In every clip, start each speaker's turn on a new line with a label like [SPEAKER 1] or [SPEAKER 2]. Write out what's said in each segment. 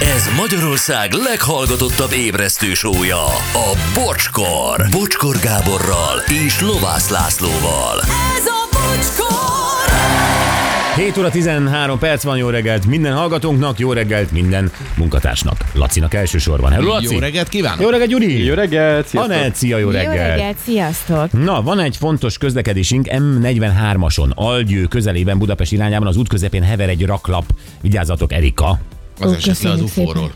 [SPEAKER 1] Ez Magyarország leghallgatottabb ébresztő sója, a Bocskor. Bocskor Gáborral és Lovász Lászlóval.
[SPEAKER 2] Ez a bocskor!
[SPEAKER 3] 7 óra 13 perc van, jó reggelt minden hallgatónknak, jó reggelt minden munkatársnak. Lacinak elsősorban. Hello, Laci!
[SPEAKER 4] Jó reggelt kívánok!
[SPEAKER 3] Jó reggelt, Gyuri!
[SPEAKER 5] Jó reggelt, sziasztok!
[SPEAKER 3] Anett, szia, jó reggelt!
[SPEAKER 6] Jó reggelt, sziasztok!
[SPEAKER 3] Na, van egy fontos közlekedésünk M43-ason, Algyő közelében, Budapest irányában, az út közepén hever egy raklap. Vigyázzatok, Erika!
[SPEAKER 4] Az
[SPEAKER 6] Ó,
[SPEAKER 4] eset le az
[SPEAKER 6] köszönjük szépen.
[SPEAKER 4] UFO-ról.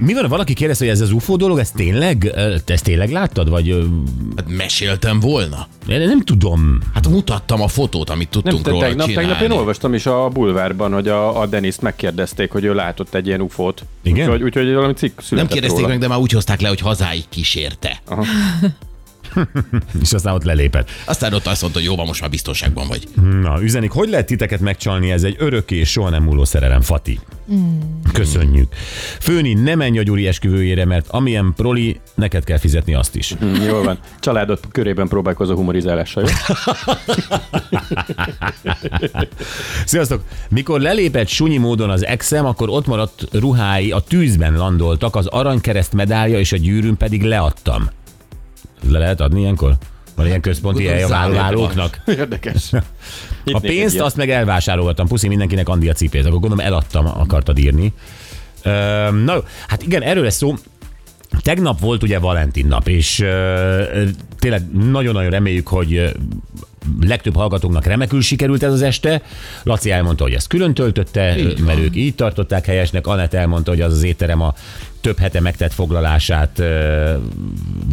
[SPEAKER 3] Mi van, valaki kérdezte, hogy ez az UFO dolog, ez tényleg, ö, te ezt tényleg láttad, vagy ö,
[SPEAKER 4] Hát meséltem volna.
[SPEAKER 3] én nem tudom.
[SPEAKER 4] Hát mutattam a fotót, amit
[SPEAKER 5] Nem,
[SPEAKER 4] tudtunk
[SPEAKER 5] te
[SPEAKER 4] róla
[SPEAKER 5] tegnap,
[SPEAKER 4] csinálni.
[SPEAKER 5] tegnap én olvastam is a bulvárban, hogy a, a Deniszt megkérdezték, hogy ő látott egy ilyen ufót.
[SPEAKER 3] Igen?
[SPEAKER 5] Úgyhogy, úgyhogy valami cikk született
[SPEAKER 4] Nem kérdezték
[SPEAKER 5] róla. Ah.
[SPEAKER 4] meg, de már úgy hozták le, hogy hazáig kísérte.
[SPEAKER 3] És aztán ott lelépett.
[SPEAKER 4] Aztán ott azt mondta, hogy jó, van, most már biztonságban vagy.
[SPEAKER 3] Na, üzenik, hogy lehet titeket megcsalni, ez egy örökké és soha nem múló szerelem, Fati. Köszönjük. Főni, ne menj a Gyuri esküvőjére, mert amilyen proli, neked kell fizetni azt is.
[SPEAKER 5] Hm, Jól van. Családod körében próbálkozó humorizálással, jó?
[SPEAKER 3] Sziasztok! Mikor lelépett sunyi módon az exem, akkor ott maradt ruhái a tűzben landoltak, az aranykereszt medálja és a gyűrűn pedig leadtam. Le lehet adni ilyenkor? Van ilyen központi hely a
[SPEAKER 4] Gondolom,
[SPEAKER 3] vállalóknak.
[SPEAKER 5] Érdekes.
[SPEAKER 3] A pénzt azt meg elvásároltam. Puszi mindenkinek Andi a cipét. Akkor gondolom eladtam, akartad írni. Ö, na jó, hát igen, erről lesz szó. Tegnap volt ugye Valentin nap, és ö, tényleg nagyon-nagyon reméljük, hogy ö, legtöbb hallgatónknak remekül sikerült ez az este. Laci elmondta, hogy ezt külön töltötte, ö, mert ők így tartották helyesnek. Anett elmondta, hogy az az étterem a több hete megtett foglalását ö,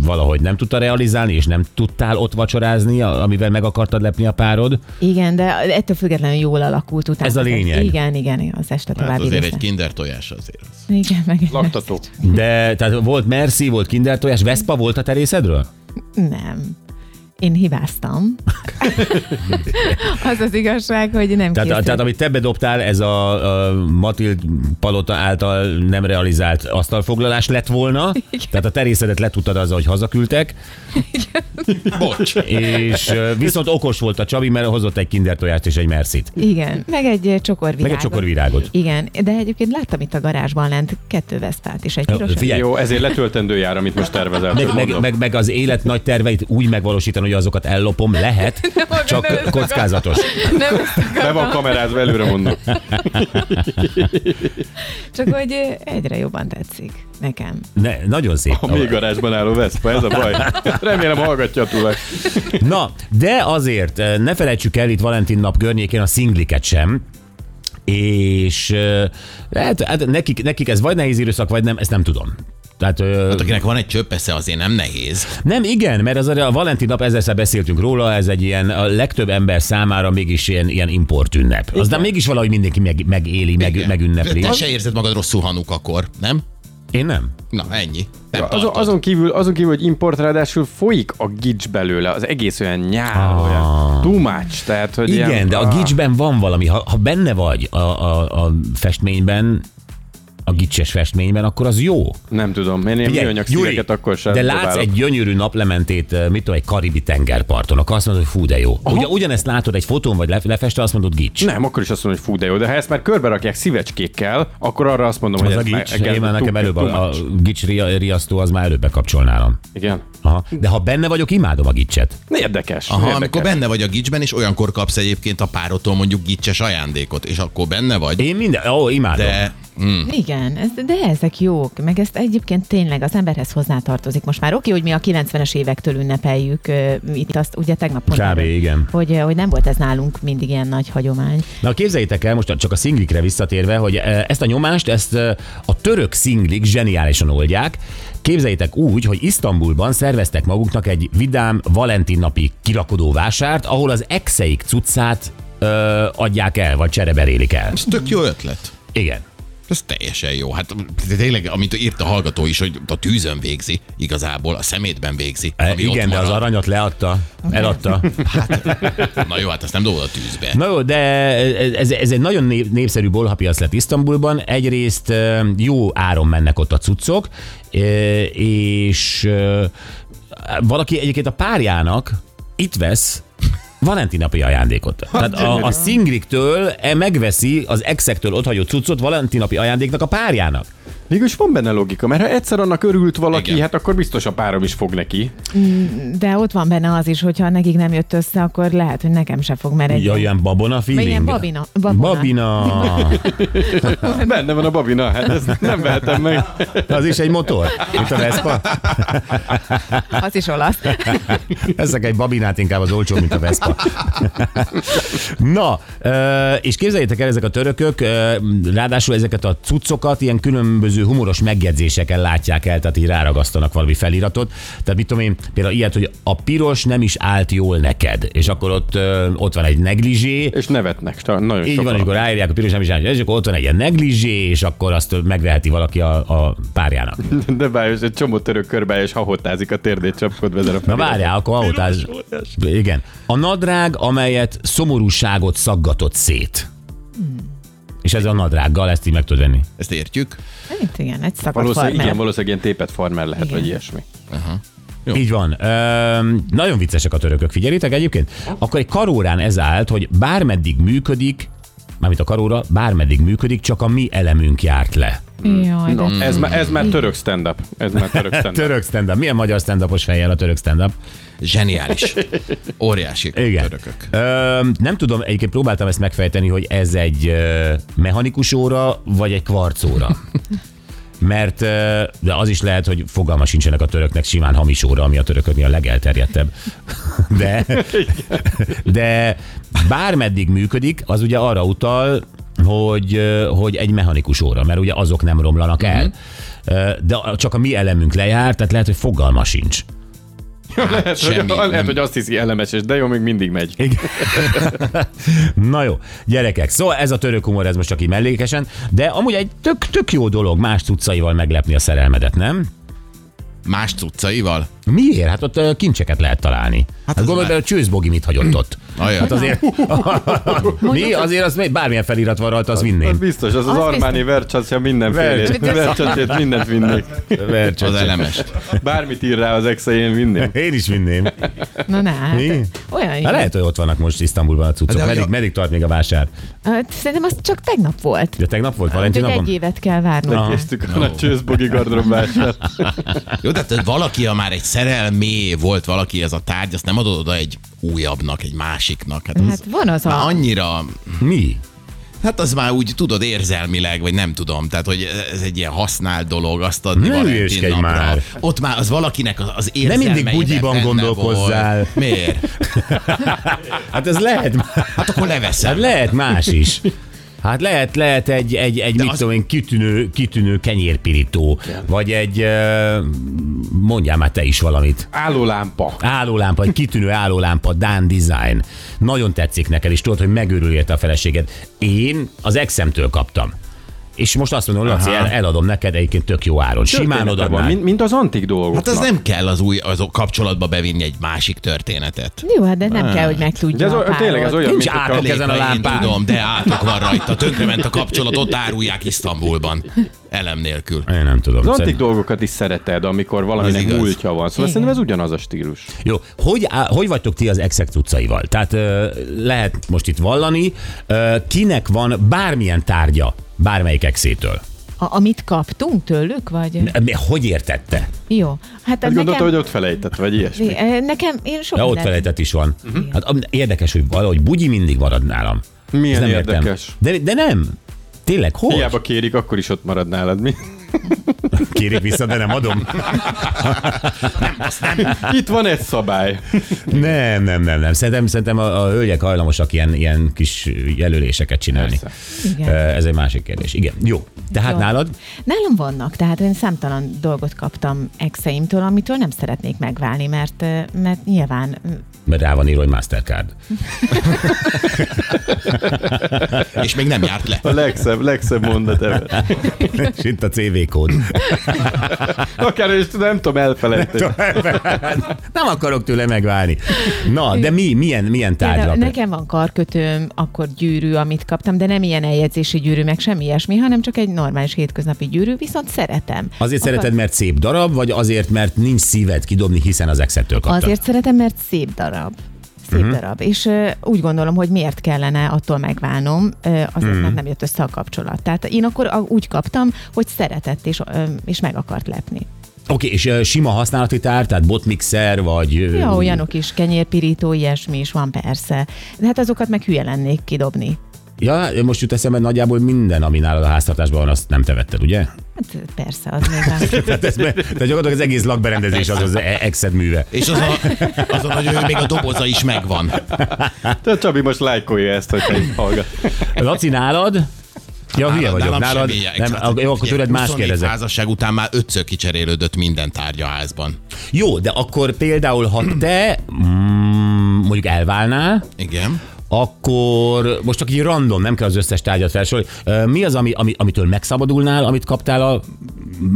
[SPEAKER 3] valahogy nem tudta realizálni, és nem tudtál ott vacsorázni, a- amivel meg akartad lepni a párod.
[SPEAKER 6] Igen, de ettől függetlenül jól alakult utána.
[SPEAKER 3] Ez a lényeg.
[SPEAKER 6] Igen, igen, igen, az este
[SPEAKER 4] Hát
[SPEAKER 6] tovább
[SPEAKER 4] azért
[SPEAKER 6] éreztem.
[SPEAKER 4] egy kinder tojás azért. az.
[SPEAKER 6] Igen, meg...
[SPEAKER 5] Laktató.
[SPEAKER 3] De tehát volt Merci, volt Kinder tojás, Vespa volt a terészedről?
[SPEAKER 6] Nem. Én hibáztam. az az igazság, hogy nem
[SPEAKER 3] Tehát,
[SPEAKER 6] készült.
[SPEAKER 3] tehát amit te bedobtál, ez a, a Matild Palota által nem realizált asztalfoglalás lett volna. Igen. Tehát a terészedet letudtad azzal, hogy hazaküldtek,
[SPEAKER 4] Bocs.
[SPEAKER 3] és ö, viszont okos volt a Csabi, mert hozott egy Kinder tojást és egy Mercit.
[SPEAKER 6] Igen, meg egy eh, csokorvirágot.
[SPEAKER 3] Meg egy csokorvirágot.
[SPEAKER 6] Igen, de egyébként láttam itt a garázsban lent kettő veszpát és egy
[SPEAKER 3] Ö,
[SPEAKER 6] piros.
[SPEAKER 3] Figyelj,
[SPEAKER 5] Jó, ezért letöltendő jár, amit most tervezel.
[SPEAKER 3] meg, meg, meg, meg az élet nagy terveit úgy megvalósítani, hogy azokat ellopom, lehet, csak kockázatos.
[SPEAKER 6] Nem ezt
[SPEAKER 5] Be
[SPEAKER 6] akartam,
[SPEAKER 5] van kamerázva, előre mondom.
[SPEAKER 6] csak hogy eh, egyre jobban tetszik nekem.
[SPEAKER 3] Ne, nagyon szép.
[SPEAKER 5] A mély garázsban álló Vespa, ez a baj. Remélem hallgatja a tulaj.
[SPEAKER 3] Na, de azért eh, ne felejtsük el itt Valentin nap környékén a szingliket sem, és eh, hát, hát nekik, nekik ez vagy nehéz időszak, vagy nem, ezt nem tudom. Tehát, ö,
[SPEAKER 4] Hát akinek van egy csöppesze, azért nem nehéz.
[SPEAKER 3] nem, igen, mert az a Valentin nap, ezerszer beszéltünk róla, ez egy ilyen, a legtöbb ember számára mégis ilyen, ilyen import ünnep. Az de mégis valahogy mindenki meg, megéli, meg,
[SPEAKER 4] Igen.
[SPEAKER 3] megünnepli.
[SPEAKER 4] Te se érzed magad rosszul hanuk akkor, nem?
[SPEAKER 3] Én nem.
[SPEAKER 4] Na, ennyi. Nem
[SPEAKER 5] Azon,
[SPEAKER 4] tartod.
[SPEAKER 5] azon, kívül, azon kívül, hogy import ráadásul folyik a gics belőle, az egész olyan nyál, olyan too much, tehát, hogy
[SPEAKER 3] Ah. Igen,
[SPEAKER 5] ilyen,
[SPEAKER 3] de a gicsben van valami. Ha, ha benne vagy a, a, a festményben, a gicses festményben, akkor az jó.
[SPEAKER 5] Ah, Nem tudom, én ilyen
[SPEAKER 3] Figyelj,
[SPEAKER 5] műanyag szíveket akkor sem
[SPEAKER 3] de látsz egy gyönyörű naplementét, eh, mit tudom, egy karibi tengerparton, akkor azt mondod, hogy fú, de jó. Ugye, ugyanezt látod egy fotón, vagy lef- lefestve, azt mondod, gics.
[SPEAKER 5] Nem, akkor is azt mondom, hogy fú, de jó, de ha ezt már körbe rakják szívecskékkel, akkor arra azt mondom,
[SPEAKER 3] Az
[SPEAKER 5] hogy
[SPEAKER 3] a
[SPEAKER 5] ez már-
[SPEAKER 3] gics,
[SPEAKER 5] ez
[SPEAKER 3] én már
[SPEAKER 5] too-
[SPEAKER 3] nekem előbb
[SPEAKER 5] too
[SPEAKER 3] a, a
[SPEAKER 5] much.
[SPEAKER 3] gics ria- riasztó, az már előbb bekapcsol nálam.
[SPEAKER 5] Igen.
[SPEAKER 3] Aha. De ha benne vagyok, imádom a gicset.
[SPEAKER 5] Érdekes.
[SPEAKER 4] Aha,
[SPEAKER 5] érdekes.
[SPEAKER 4] amikor benne vagy a gicsben, és olyankor kapsz egyébként a párodtól mondjuk gicses ajándékot, és akkor benne vagy,
[SPEAKER 3] Én minden, ó, imádom. De...
[SPEAKER 4] de mm,
[SPEAKER 6] Igen, ez, de ezek jók, meg ezt egyébként tényleg az emberhez hozzátartozik most már. Oké, hogy mi a 90-es évektől ünnepeljük ö, itt azt, ugye tegnap
[SPEAKER 3] Kb.
[SPEAKER 6] mondtam,
[SPEAKER 3] igen.
[SPEAKER 6] hogy, ö, hogy nem volt ez nálunk mindig ilyen nagy hagyomány.
[SPEAKER 3] Na képzeljétek el, most csak a szinglikre visszatérve, hogy eh, ezt a nyomást, ezt eh, a török szinglik zseniálisan oldják. Képzeljétek úgy, hogy Isztambulban szerveztek maguknak egy vidám Valentin napi kirakodó vásárt, ahol az exeik cuccát ö, adják el, vagy csereberélik el.
[SPEAKER 4] ez tök jó ötlet.
[SPEAKER 3] Igen.
[SPEAKER 4] Ez teljesen jó. Hát tényleg, amit írt a hallgató is, hogy a tűzön végzi, igazából a szemétben végzi.
[SPEAKER 3] E,
[SPEAKER 4] ami
[SPEAKER 3] Igen,
[SPEAKER 4] ott
[SPEAKER 3] de az
[SPEAKER 4] marad.
[SPEAKER 3] aranyat leadta, eladta.
[SPEAKER 4] Na jó, hát ezt nem dobod a tűzbe.
[SPEAKER 3] Na jó, de ez, ez egy nagyon nép- népszerű bolhapiac lett Isztambulban. Egyrészt ö, jó áron mennek ott a cuccok, ö, és ö, valaki egyébként a párjának itt vesz Valentin napi
[SPEAKER 6] Hát
[SPEAKER 3] ajándékot. Tehát a, a szingliktől e, megveszi az exektől otthagyott cuccot Valentin napi ajándéknak a párjának.
[SPEAKER 5] Végülis van benne logika, mert ha egyszer annak örült valaki,
[SPEAKER 4] Igen.
[SPEAKER 5] Igen. hát akkor biztos a párom is fog neki.
[SPEAKER 6] De ott van benne az is, hogyha nekik nem jött össze, akkor lehet, hogy nekem se fog, mert egy...
[SPEAKER 3] Ja, ilyen babona feeling.
[SPEAKER 6] ilyen babina- babona.
[SPEAKER 3] babina.
[SPEAKER 5] Benne van a babina, hát ezt nem vehetem meg.
[SPEAKER 3] Az is egy motor, mint a Vespa.
[SPEAKER 6] Az is olasz. Hát
[SPEAKER 3] Ezek egy babinát inkább az olcsó, mint a Vespa. Na, ö, és képzeljétek el, ezek a törökök, ö, ráadásul ezeket a cuccokat ilyen különböző humoros megjegyzéseken látják el, tehát így ráragasztanak valami feliratot. Tehát mit tudom én, például ilyet, hogy a piros nem is állt jól neked, és akkor ott, ö, ott van egy negligé,
[SPEAKER 5] És nevetnek, sta- nagyon
[SPEAKER 3] így
[SPEAKER 5] sokan.
[SPEAKER 3] van, és akkor ráírják a piros nem is állt, jól neked, és akkor ott van egy ilyen negligé, és akkor azt megveheti valaki a, a párjának.
[SPEAKER 5] De bájos, egy csomó török körbe, és hahotázik a térdét csapkodva ezen a
[SPEAKER 3] Na
[SPEAKER 5] feliraton.
[SPEAKER 3] várjál, akkor ahotás. Igen. A nadrág, amelyet szomorúságot szaggatott szét. És ez a nadrággal, ezt így meg tudod venni.
[SPEAKER 4] Ezt értjük.
[SPEAKER 6] Itt igen, egy szakadt
[SPEAKER 5] Valószínűleg, igen,
[SPEAKER 6] farmer.
[SPEAKER 5] valószínűleg ilyen tépet farmer lehet,
[SPEAKER 6] Igen.
[SPEAKER 5] vagy ilyesmi.
[SPEAKER 4] Jó.
[SPEAKER 3] Így van. Öm, nagyon viccesek a törökök, figyeljétek egyébként. Akkor egy karórán ez állt, hogy bármeddig működik, mármint a karóra, bármeddig működik, csak a mi elemünk járt le.
[SPEAKER 6] Jaj, de...
[SPEAKER 5] Ez, már, ez már török stand-up. Ez már török stand-up.
[SPEAKER 3] Mm. Török stand-up. Milyen magyar stand-upos fejjel a török stand-up?
[SPEAKER 4] Zseniális. Óriási
[SPEAKER 3] Igen.
[SPEAKER 4] törökök.
[SPEAKER 3] Öm, nem tudom, egyébként próbáltam ezt megfejteni, hogy ez egy ö, mechanikus óra, vagy egy kvarc óra. Mert ö, de az is lehet, hogy fogalma sincsenek a töröknek simán hamis óra, ami a törököknél a legelterjedtebb. De, de bármeddig működik, az ugye arra utal, hogy, ö, hogy egy mechanikus óra, mert ugye azok nem romlanak el. Ö, De csak a mi elemünk lejár, tehát lehet, hogy fogalma sincs.
[SPEAKER 5] Lehet, hogy,
[SPEAKER 4] Hát Semmi, nem.
[SPEAKER 5] lehet, hogy azt hiszi elemes, és de jó, még mindig megy.
[SPEAKER 3] Igen. Na jó, gyerekek, szóval ez a török humor, ez most csak így mellékesen, de amúgy egy tök, tök jó dolog más cuccaival meglepni a szerelmedet, nem?
[SPEAKER 4] Más cuccaival?
[SPEAKER 3] Miért? Hát ott ö, kincseket lehet találni. Hát, hát
[SPEAKER 4] az
[SPEAKER 3] gondolj
[SPEAKER 4] már-
[SPEAKER 3] bele, a csőzbogi mit hagyott ott.
[SPEAKER 4] Ajaj.
[SPEAKER 3] Hát azért, mi? Azért az még bármilyen felirat van rajta, az
[SPEAKER 5] Az
[SPEAKER 3] vinném.
[SPEAKER 5] biztos, az az,
[SPEAKER 6] Az
[SPEAKER 5] Armani
[SPEAKER 6] biztos.
[SPEAKER 5] vercsacsja mindenfélét.
[SPEAKER 3] Vercsacsja.
[SPEAKER 5] Vercsacsját mindent vinnék.
[SPEAKER 4] Az elemest.
[SPEAKER 5] Bármit ír rá az exe, én vinném.
[SPEAKER 3] Én is vinném.
[SPEAKER 6] Na ne, hát,
[SPEAKER 3] Mi?
[SPEAKER 6] olyan jó.
[SPEAKER 3] Hát lehet, hogy ott vannak most Isztambulban a cuccok.
[SPEAKER 4] De hogy
[SPEAKER 3] Meddig,
[SPEAKER 4] a-
[SPEAKER 3] meddig tart még a vásár?
[SPEAKER 6] Hát Szerintem az csak tegnap volt.
[SPEAKER 3] De tegnap
[SPEAKER 4] Hát
[SPEAKER 3] volt Valentin
[SPEAKER 6] Úgyhogy egy
[SPEAKER 3] napon?
[SPEAKER 6] évet kell várnunk.
[SPEAKER 5] Késztük a nagy csőszbogi gardrobását.
[SPEAKER 4] Jó, de tehát valaki, ha már egy szerelmé volt valaki ez a tárgy, azt nem adod oda egy újabbnak, egy másiknak. Hát az
[SPEAKER 6] Hát van az
[SPEAKER 4] már
[SPEAKER 6] a...
[SPEAKER 4] annyira,
[SPEAKER 3] Mi?
[SPEAKER 4] hát az már úgy tudod érzelmileg, vagy nem tudom, tehát hogy ez egy ilyen használt dolog, azt
[SPEAKER 3] Ne
[SPEAKER 4] adni Valentin
[SPEAKER 3] hülyéskedj
[SPEAKER 4] napra.
[SPEAKER 3] már.
[SPEAKER 4] Ott már az valakinek az, az érzelmeiben
[SPEAKER 3] mindig bugyiban
[SPEAKER 4] benne
[SPEAKER 3] gondolkozzál.
[SPEAKER 4] Volt. Miért?
[SPEAKER 3] Hát ez lehet.
[SPEAKER 4] Hát akkor leveszem.
[SPEAKER 3] Hát lehet más is. Hát lehet, lehet egy, egy, egy mit
[SPEAKER 4] az-
[SPEAKER 3] tudom én, kitűnő, kitűnő kenyérpirító, vagy egy, ö, mondjál már te is valamit.
[SPEAKER 5] Állólámpa.
[SPEAKER 3] Állólámpa, egy kitűnő állólámpa, Dán Design. Nagyon tetszik neked, és tudod, hogy megőrül érte a feleséged. Én az exemtől kaptam. És most azt mondom, Laci, el, eladom neked, egyébként tök jó áron. Simán
[SPEAKER 5] Története van,
[SPEAKER 3] odaadnám.
[SPEAKER 5] Mint, mint az antik dolgok.
[SPEAKER 4] Hát az nem kell az új az kapcsolatba bevinni egy másik történetet.
[SPEAKER 6] Jó, hát de nem kell, hogy
[SPEAKER 5] De
[SPEAKER 6] megtudja
[SPEAKER 5] ez
[SPEAKER 6] a
[SPEAKER 5] o-
[SPEAKER 6] párod.
[SPEAKER 5] tényleg ez olyan,
[SPEAKER 3] Nincs
[SPEAKER 5] mint hogyha-
[SPEAKER 3] átok ezen a
[SPEAKER 4] Elég, ha én
[SPEAKER 3] lámpán.
[SPEAKER 4] Tudom, de átok van rajta. Tönkrement a kapcsolat, ott árulják Isztambulban. Elem nélkül.
[SPEAKER 3] Én nem tudom.
[SPEAKER 5] Az antik
[SPEAKER 3] Szerint-
[SPEAKER 5] dolgokat is szereted, amikor valaminek
[SPEAKER 4] igaz.
[SPEAKER 5] múltja van. Szóval
[SPEAKER 6] Igen.
[SPEAKER 5] szerintem ez ugyanaz a stílus.
[SPEAKER 3] Jó, hogy, á- hogy vagytok ti az exek utcaival? Tehát ö, lehet most itt vallani, ö, kinek van bármilyen tárgya bármelyik exétől?
[SPEAKER 6] A, amit kaptunk tőlük, vagy?
[SPEAKER 3] Mi- Hogy értette?
[SPEAKER 6] Jó. Hát, hát
[SPEAKER 5] Hát gondolta,
[SPEAKER 6] nekem...
[SPEAKER 5] hogy ott felejtett, vagy ilyesmi.
[SPEAKER 6] Hogy... Nekem, én sok
[SPEAKER 3] Ja, ott
[SPEAKER 6] mindent-
[SPEAKER 3] felejtett is van.
[SPEAKER 5] Mhm.
[SPEAKER 3] Hát am- érdekes, hogy valahogy bugyi mindig marad nálam.
[SPEAKER 5] Milyen
[SPEAKER 3] Ezt nem értem.
[SPEAKER 5] érdekes.
[SPEAKER 3] De, de nem. Tényleg, hol?
[SPEAKER 5] Hiába kérik, akkor is ott marad nálad. Mi?
[SPEAKER 3] Kérik vissza, de nem adom.
[SPEAKER 5] Itt van egy szabály.
[SPEAKER 3] Nem, nem, nem, nem. Szerintem, szerintem a, a hölgyek hajlamosak ilyen, ilyen kis jelöléseket csinálni.
[SPEAKER 5] Persze.
[SPEAKER 6] Igen.
[SPEAKER 3] Ö, Ez egy másik kérdés. Igen, jó. Tehát
[SPEAKER 6] Jó.
[SPEAKER 3] nálad?
[SPEAKER 6] Nálam vannak, tehát én számtalan dolgot kaptam exeimtől, amitől nem szeretnék megválni, mert, eh, mert nyilván mm,
[SPEAKER 3] Mert rá van írva, hogy Mastercard.
[SPEAKER 4] És még nem járt le.
[SPEAKER 5] A legszebb, legszebb mondat ever.
[SPEAKER 3] És itt a CV kód.
[SPEAKER 5] Akár is nem tudom elfelejteni.
[SPEAKER 3] Nem akarok tőle megválni. Na, de mi, milyen, milyen tárgyra?
[SPEAKER 6] például nekem van karkötőm, akkor gyűrű, amit kaptam, de nem ilyen eljegyzési gyűrű, meg semmi ilyesmi, hanem csak egy normális hétköznapi gyűrű, viszont szeretem.
[SPEAKER 3] Azért
[SPEAKER 6] Akar-
[SPEAKER 3] szereted, mert szép darab, vagy azért, mert nincs szíved kidobni, hiszen az exettől kaptad?
[SPEAKER 6] Azért szeretem, mert szép darab. szép uh-huh. darab, és ö, úgy gondolom, hogy miért kellene attól megválnom, ö, azért mert nem jött össze a kapcsolat. Tehát én akkor a- úgy kaptam, hogy szeretett és, ö, és meg akart lepni.
[SPEAKER 3] Oké, okay, és ö, sima használati tár, tehát botmixer, vagy... ö,
[SPEAKER 6] Ja, olyanok is, kenyérpirító, ilyesmi is van persze. De hát azokat meg hülye lennék kidobni.
[SPEAKER 3] Ja, most jut eszembe nagyjából minden, ami nálad a háztartásban van, azt nem te vetted, ugye?
[SPEAKER 6] Hát persze, az nyilván.
[SPEAKER 3] Tehát, ez, tehát gyakorlatilag az egész lakberendezés az az e- exed műve.
[SPEAKER 4] És az a, az a nagyon, hogy még a doboza is megvan.
[SPEAKER 5] Tehát Csabi most lájkolja ezt, hogy te hallgat. Hát
[SPEAKER 3] Laci, nálad? Ja, hülye vagyok. Nálad,
[SPEAKER 4] semmi ilyen.
[SPEAKER 3] nem,
[SPEAKER 4] Hát,
[SPEAKER 3] ak- jó, akkor
[SPEAKER 4] figyelj,
[SPEAKER 3] tőled más
[SPEAKER 4] 24
[SPEAKER 3] kérdezek.
[SPEAKER 4] házasság után már ötször kicserélődött minden tárgya a házban.
[SPEAKER 3] Jó, de akkor például, ha te mm, mondjuk elválnál,
[SPEAKER 4] Igen.
[SPEAKER 3] akkor most csak így random, nem kell az összes tárgyat felsorolni. Ö, Mi az, ami, ami, amitől megszabadulnál, amit kaptál a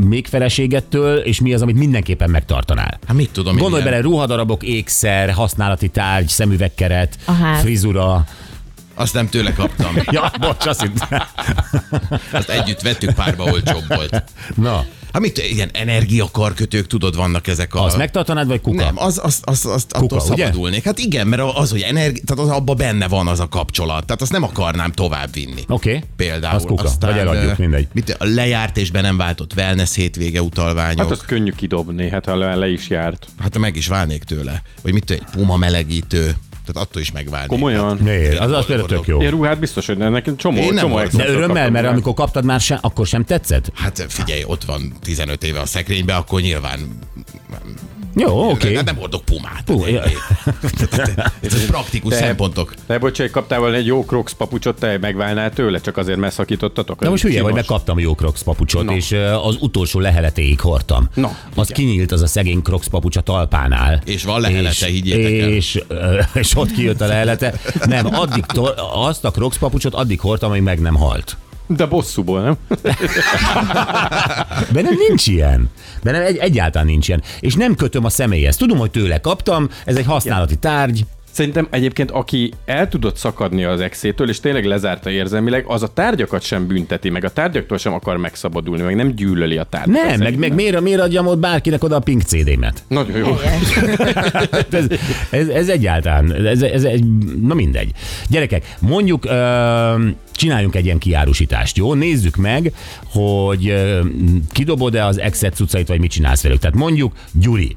[SPEAKER 3] még feleségettől, és mi az, amit mindenképpen megtartanál?
[SPEAKER 4] Hát mit tudom én.
[SPEAKER 3] Gondolj
[SPEAKER 4] ilyen-
[SPEAKER 3] bele, ruhadarabok, ékszer, használati tárgy, szemüvegkeret,
[SPEAKER 6] A ház.
[SPEAKER 3] frizura.
[SPEAKER 4] Azt nem tőle kaptam.
[SPEAKER 3] Ja, bocs, azt hittem.
[SPEAKER 4] Azt együtt vettük párba, olcsóbb volt.
[SPEAKER 3] Na,
[SPEAKER 4] Hát mit, ilyen energiakarkötők, tudod, vannak ezek a...
[SPEAKER 3] azt megtartanád, vagy kuka?
[SPEAKER 4] Nem, az, az, az, az attól
[SPEAKER 3] Kuka, ugye?
[SPEAKER 4] szabadulnék. Hát igen, mert az, hogy energi... tehát az, abban benne van az a kapcsolat. Tehát azt nem akarnám tovább vinni.
[SPEAKER 3] Oké. Okay.
[SPEAKER 4] Például.
[SPEAKER 3] Az kuka, vagy eladjuk,
[SPEAKER 4] ö,
[SPEAKER 3] mindegy.
[SPEAKER 4] Mit, a lejárt és be nem váltott wellness hétvége utalványok.
[SPEAKER 5] Hát azt könnyű kidobni, hát ha le, le is járt.
[SPEAKER 4] hát meg is válnék tőle. Vagy mit tudom, egy puma melegítő. Tehát attól is megválnék.
[SPEAKER 5] Komolyan.
[SPEAKER 3] Miért? Az, az például tök jó.
[SPEAKER 5] Ilyen ruhát biztos, hogy ne- nekem csomó,
[SPEAKER 4] Én nem
[SPEAKER 5] csomó
[SPEAKER 4] hordom.
[SPEAKER 5] extra
[SPEAKER 3] De örömmel,
[SPEAKER 5] kaptam
[SPEAKER 3] mert
[SPEAKER 5] rá.
[SPEAKER 3] amikor kaptad már, se, akkor sem tetszett?
[SPEAKER 4] Hát figyelj, ott van 15 éve a szekrénybe, akkor nyilván hát
[SPEAKER 3] Jó, oké.
[SPEAKER 4] nem, nem hordok pumát. hát
[SPEAKER 3] Pú, ja.
[SPEAKER 4] Tehát Ez praktikus szempontok.
[SPEAKER 5] De bocs, hogy kaptál volna egy jó Crocs papucsot, te megválnál tőle, csak azért megszakítottatok.
[SPEAKER 3] De most hülye vagy, mert
[SPEAKER 5] Csinos.
[SPEAKER 3] kaptam jó Crocs papucsot, no. és ö, az utolsó leheletéig hordtam.
[SPEAKER 5] Na,
[SPEAKER 3] az kinyílt az a szegény Crocs papucs a talpánál.
[SPEAKER 4] És van lehelete,
[SPEAKER 3] És-
[SPEAKER 4] higgyétek el.
[SPEAKER 3] és, ö, és ott kijött a lehelete. Nem, addig to, azt a Crocs papucsot addig hordtam, amíg meg nem halt.
[SPEAKER 5] De bosszúból, nem?
[SPEAKER 3] Bennem nincs ilyen. Bennem egy, egyáltalán nincs ilyen. És nem kötöm a személyhez. Tudom, hogy tőle kaptam, ez egy használati tárgy.
[SPEAKER 5] Szerintem egyébként, aki el tudott szakadni az exétől, és tényleg lezárta érzelmileg, az a tárgyakat sem bünteti, meg a tárgyaktól sem akar megszabadulni, meg nem gyűlöli a tárgyakat.
[SPEAKER 3] Nem, meg,
[SPEAKER 5] szerintem.
[SPEAKER 3] meg miért, miért adjam ott bárkinek oda a Pink CD-met?
[SPEAKER 5] Nagyon jó.
[SPEAKER 3] Hát ez, ez, ez egyáltalán, ez, ez, ez, na mindegy. Gyerekek, mondjuk ö, csináljunk egy ilyen kiárusítást, jó? Nézzük meg, hogy ö, kidobod-e az exet cuccait, vagy mit csinálsz velük. Tehát mondjuk, Gyuri,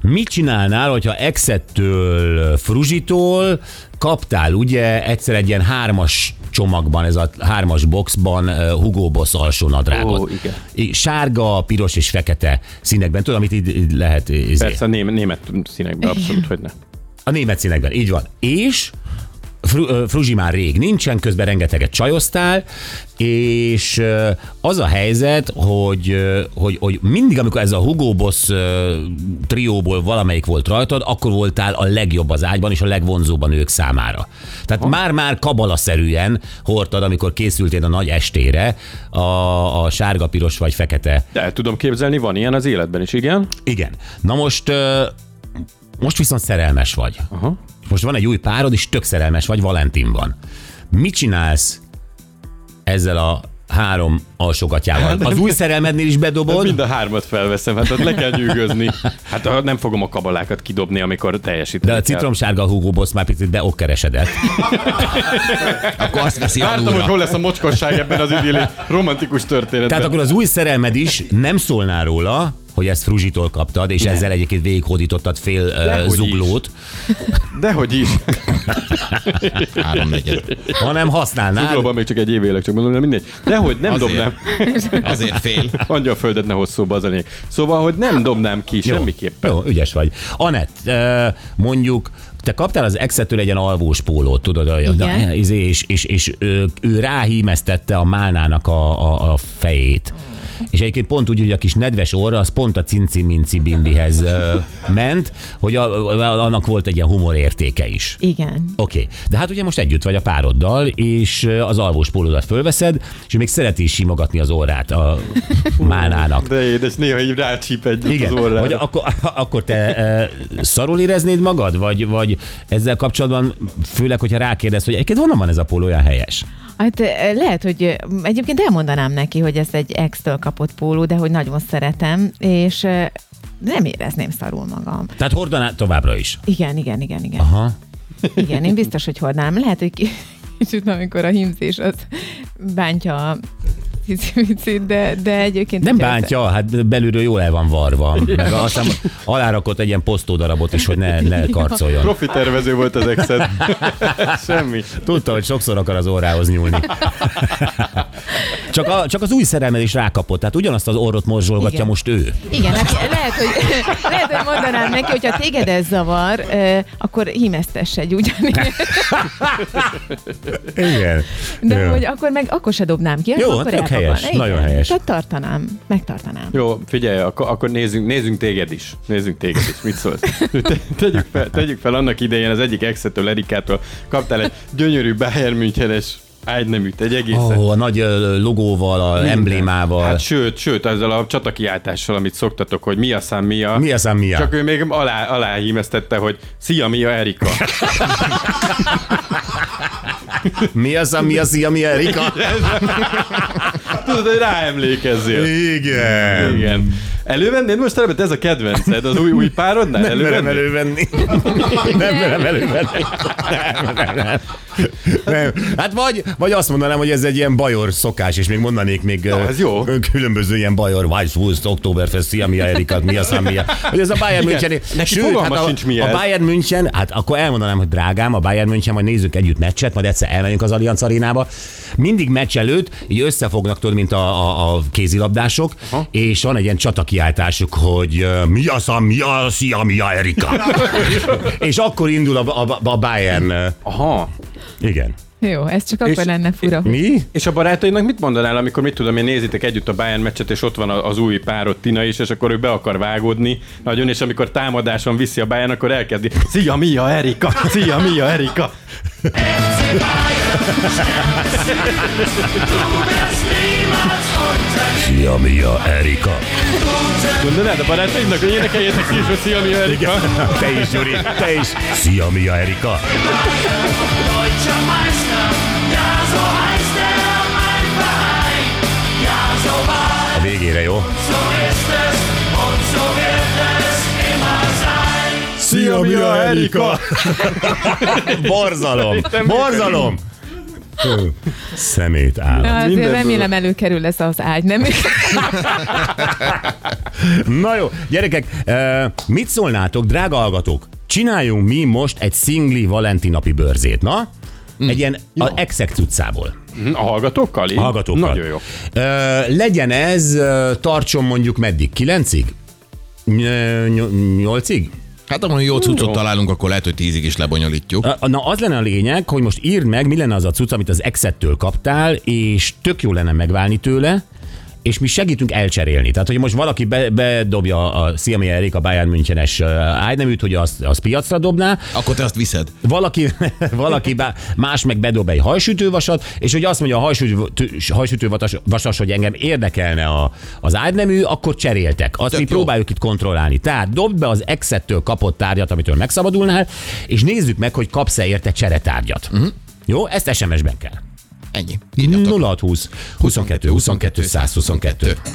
[SPEAKER 3] mit csinálnál, hogyha exettől, fruzsitól kaptál ugye egyszer egy ilyen hármas csomagban, ez a hármas boxban ö, Hugo Boss alsó nadrágot.
[SPEAKER 5] Ó, igen.
[SPEAKER 3] I- Sárga, piros és fekete színekben, tudom, amit így, így lehet izé,
[SPEAKER 5] Persze ném, német színekben abszolút, hogy ne.
[SPEAKER 3] a német színekben, így van. És Fru- ö, Fruzsi már rég nincsen, közben rengeteget csajoztál, és ö, az a helyzet, hogy, ö, hogy, hogy mindig, amikor ez a Hugo Boss ö, trióból valamelyik volt rajtad, akkor voltál a legjobb az ágyban és a legvonzóban ők számára. Tehát már-már kabalaszerűen hordtad, amikor készültél a nagy estére a, a sárga, piros vagy fekete
[SPEAKER 5] De el tudom képzelni, van ilyen az életben is, igen.
[SPEAKER 3] igen. Na most, ö, most viszont szerelmes vagy. Aha. Most van egy új párod, és tök szerelmes vagy, Valentin van. Mit csinálsz ezzel a három alsógatyával? Az új szerelmednél is bedobod?
[SPEAKER 5] Mind a hármat felveszem, hát ott le kell nyűgözni. Hát ah, nem fogom a kabalákat kidobni, amikor teljesíteni
[SPEAKER 3] De a
[SPEAKER 5] kell.
[SPEAKER 3] citromsárga Hugo Boss már picit beokkeresedett.
[SPEAKER 4] Akkor azt veszi
[SPEAKER 5] Vártam, hogy
[SPEAKER 4] alulra.
[SPEAKER 5] hol lesz a mocskosság ebben az idilli romantikus történetben.
[SPEAKER 3] Tehát akkor az új szerelmed is nem szólnál róla, hogy ezt Fruzsitól kaptad, és ezzel egyébként végighódítottad fél uh,
[SPEAKER 5] Dehogy is.
[SPEAKER 3] zuglót,
[SPEAKER 5] Dehogy is.
[SPEAKER 3] Hát-
[SPEAKER 4] Háromnegyed.
[SPEAKER 3] hanem használnád.
[SPEAKER 5] Zuglóban még csak egy év élek, csak mondom, de mindegy. Dehogy nem
[SPEAKER 4] Azért.
[SPEAKER 5] dobnám.
[SPEAKER 4] Azért fél.
[SPEAKER 5] Angyal földet ne hosszúbb az enyém. Szóval, hogy nem dobnám ki semmiképpen.
[SPEAKER 3] Jó, ügyes vagy. Anett, ö, mondjuk te kaptál az exetől egy ilyen alvós pólót, tudod, olyan,
[SPEAKER 6] Igen.
[SPEAKER 3] na, izé, és, és, és ő, ő ráhímeztette a málnának a, a, a fejét. És egyébként pont úgy, hogy a kis nedves orra, az pont a cinci-minci bimbihez ö, ment, hogy a, a, annak volt egy ilyen humorértéke is.
[SPEAKER 6] Igen.
[SPEAKER 3] Oké, okay. de hát ugye most együtt vagy a pároddal, és ö, az alvós pólódat fölveszed, és még szereti is simogatni az orrát a málnának.
[SPEAKER 5] De édes, néha így rácsíp egy
[SPEAKER 3] Igen,
[SPEAKER 5] az
[SPEAKER 3] vagy
[SPEAKER 5] orrára.
[SPEAKER 3] akkor, akkor te e, szarul éreznéd magad, vagy, vagy ezzel kapcsolatban, főleg, hogyha rákérdez, hogy egyébként honnan van ez a póló olyan helyes?
[SPEAKER 6] Hát eh, lehet, hogy eh, egyébként elmondanám neki, hogy ez egy ex-től kapott póló, de hogy nagyon szeretem, és eh, nem érezném szarul magam.
[SPEAKER 3] Tehát hordaná továbbra is.
[SPEAKER 6] Igen, igen, igen, igen. Aha. Igen, én biztos, hogy hordanám. Lehet, hogy ki- kicsit, amikor a hímzés az bántja a picit, de, de egyébként...
[SPEAKER 3] Nem
[SPEAKER 6] hogyha
[SPEAKER 3] bántja, hát belülről jól el van varva. Meg aztán alárakott egy ilyen posztódarabot is, hogy ne, ne karcoljon.
[SPEAKER 5] Profi tervező volt az exed. Semmi.
[SPEAKER 3] Tudta, hogy sokszor akar az orrához nyúlni. csak, a, csak az új szerelmed is rákapott, tehát ugyanazt az orrot morzsolgatja
[SPEAKER 6] Igen.
[SPEAKER 3] most ő.
[SPEAKER 6] Igen, hát lehet, hogy, lehet, hogy mondanám neki, hogyha téged ez zavar, ö, akkor hímeztess egy ugyanígy.
[SPEAKER 3] Igen.
[SPEAKER 6] De hogy akkor meg akkor se dobnám ki.
[SPEAKER 3] Jó,
[SPEAKER 6] akkor
[SPEAKER 3] tök
[SPEAKER 6] elkapom.
[SPEAKER 3] helyes, nagyon helyes.
[SPEAKER 6] Tehát tartanám, megtartanám.
[SPEAKER 5] Jó, figyelj, akkor, akkor nézzünk, nézzünk téged is. Nézzünk téged is. Mit szólsz? Te- Tegyük fel, tegyük fel annak idején az egyik exetől, Erikától kaptál egy gyönyörű Bayern Münchenes ágyneműt, egy egészen.
[SPEAKER 3] Ó, a nagy ö, logóval, a emblémával.
[SPEAKER 5] Hát sőt, sőt, ezzel a csatakiáltással, amit szoktatok, hogy mi a szám, mi a...
[SPEAKER 3] Mi a szám, mi a?
[SPEAKER 5] Csak ő még alá, alá hímeztette, hogy szia, mi a Erika.
[SPEAKER 3] mi az, a, mi az, mi a, mi a Erika?
[SPEAKER 5] Hát Tudod, hogy ráemlékezzél.
[SPEAKER 3] Igen.
[SPEAKER 5] Igen. Elővennéd most ebbet? Ez a kedvenced, az új, új párodnál?
[SPEAKER 3] Nem merem
[SPEAKER 5] Elővennéd?
[SPEAKER 3] elővenni. Nem merem elővenni. Nem, nem, nem. nem. Hát vagy, vagy azt mondanám, hogy ez egy ilyen bajor szokás, és még mondanék még ö,
[SPEAKER 5] ez jó.
[SPEAKER 3] ö, különböző ilyen bajor, Weisswurst, Oktoberfest, szia, mi a Erika, mi a szám, mi a... Hogy ez a Bayern München.
[SPEAKER 5] neki fogalma
[SPEAKER 3] hát a,
[SPEAKER 5] sincs, mi
[SPEAKER 3] a
[SPEAKER 5] ez.
[SPEAKER 3] Bayern München, hát akkor elmondanám, hogy drágám, a Bayern München, majd nézzük együtt meccset, majd egyszer elmenjünk az Allianz Arénába. Mindig meccs előtt, így összefognak tudod, mint a, a, a kézilabdások, és van egy ilyen csatakiáltásuk, hogy ö, mi a szám, mi a szia, mi a Erika. és akkor indul a, a, a Bayern. ö,
[SPEAKER 5] Aha.
[SPEAKER 3] Igen.
[SPEAKER 6] Jó, ez csak akkor
[SPEAKER 5] És-
[SPEAKER 6] lenne fura. hogy-
[SPEAKER 3] Mi?
[SPEAKER 5] És a barátainak mit mondanál, amikor mit tudom én, nézitek együtt a Bayern meccset, és ott van a- az új párod Tina is, és akkor ő be akar vágódni nagyon, és amikor támadáson viszi a Bayern, akkor elkezdi. Szia, Mia, Erika! Szia, Mia, Erika!
[SPEAKER 3] Szia, mi a Erika.
[SPEAKER 5] Mondanád a barátainak, hogy énekeljetek ti is, hogy szia, Mia, Erika!
[SPEAKER 3] Te is, Gyuri, te is. Szia, mi a Erika.
[SPEAKER 2] Deutscher Meister, ja so heißt er mein Verein. Ja so war
[SPEAKER 3] A végére jó.
[SPEAKER 2] es, so ist es und so wird es immer sein.
[SPEAKER 3] Szia, mi a Erika. Borzalom, borzalom. Hú, Szemét áll.
[SPEAKER 6] Na, azért
[SPEAKER 5] Mindenből.
[SPEAKER 6] remélem előkerül ez az ágy, nem?
[SPEAKER 3] Na jó, gyerekek, eh, mit szólnátok, drága hallgatók? Csináljunk mi most egy szingli valentinapi bőrzét, na? Egy ilyen a exek cuccából.
[SPEAKER 5] Hm, A hallgatókkal? így?
[SPEAKER 3] hallgatókkal.
[SPEAKER 5] Nagyon Mm. jó.
[SPEAKER 3] Ö, legyen ez, ö, tartson mondjuk meddig? Kilencig? Ny- ny- Nyolcig?
[SPEAKER 4] Hát ha jó cuccot találunk, akkor lehet, hogy tízig is lebonyolítjuk.
[SPEAKER 3] Ö, Na az lenne a lényeg, hogy most írd meg, mi lenne az a cucc, amit az exettől kaptál, és tök jó lenne megválni tőle, és mi segítünk elcserélni. Tehát, hogy most valaki be, bedobja a Szia Erik, a Bayern Münchenes ö, ágyneműt, hogy azt, azt piacra dobná,
[SPEAKER 4] Akkor te azt viszed.
[SPEAKER 3] valaki, valaki bá, más meg bedob egy hajsütővasat, és hogy azt mondja a hajsütő, hajsütővasas, hogy engem érdekelne a, az ágynemű, akkor cseréltek. Azt
[SPEAKER 4] Tök
[SPEAKER 3] mi
[SPEAKER 4] jó.
[SPEAKER 3] próbáljuk itt kontrollálni. Tehát dobd be az exettől kapott tárgyat, amitől megszabadulnál, és nézzük meg, hogy kapsz-e érte cseretárgyat.
[SPEAKER 4] Mhm.
[SPEAKER 3] Uh-huh. Jó, ezt SMS-ben kell.
[SPEAKER 4] Ennyi. Írjatok.
[SPEAKER 3] 0620 22 22 122.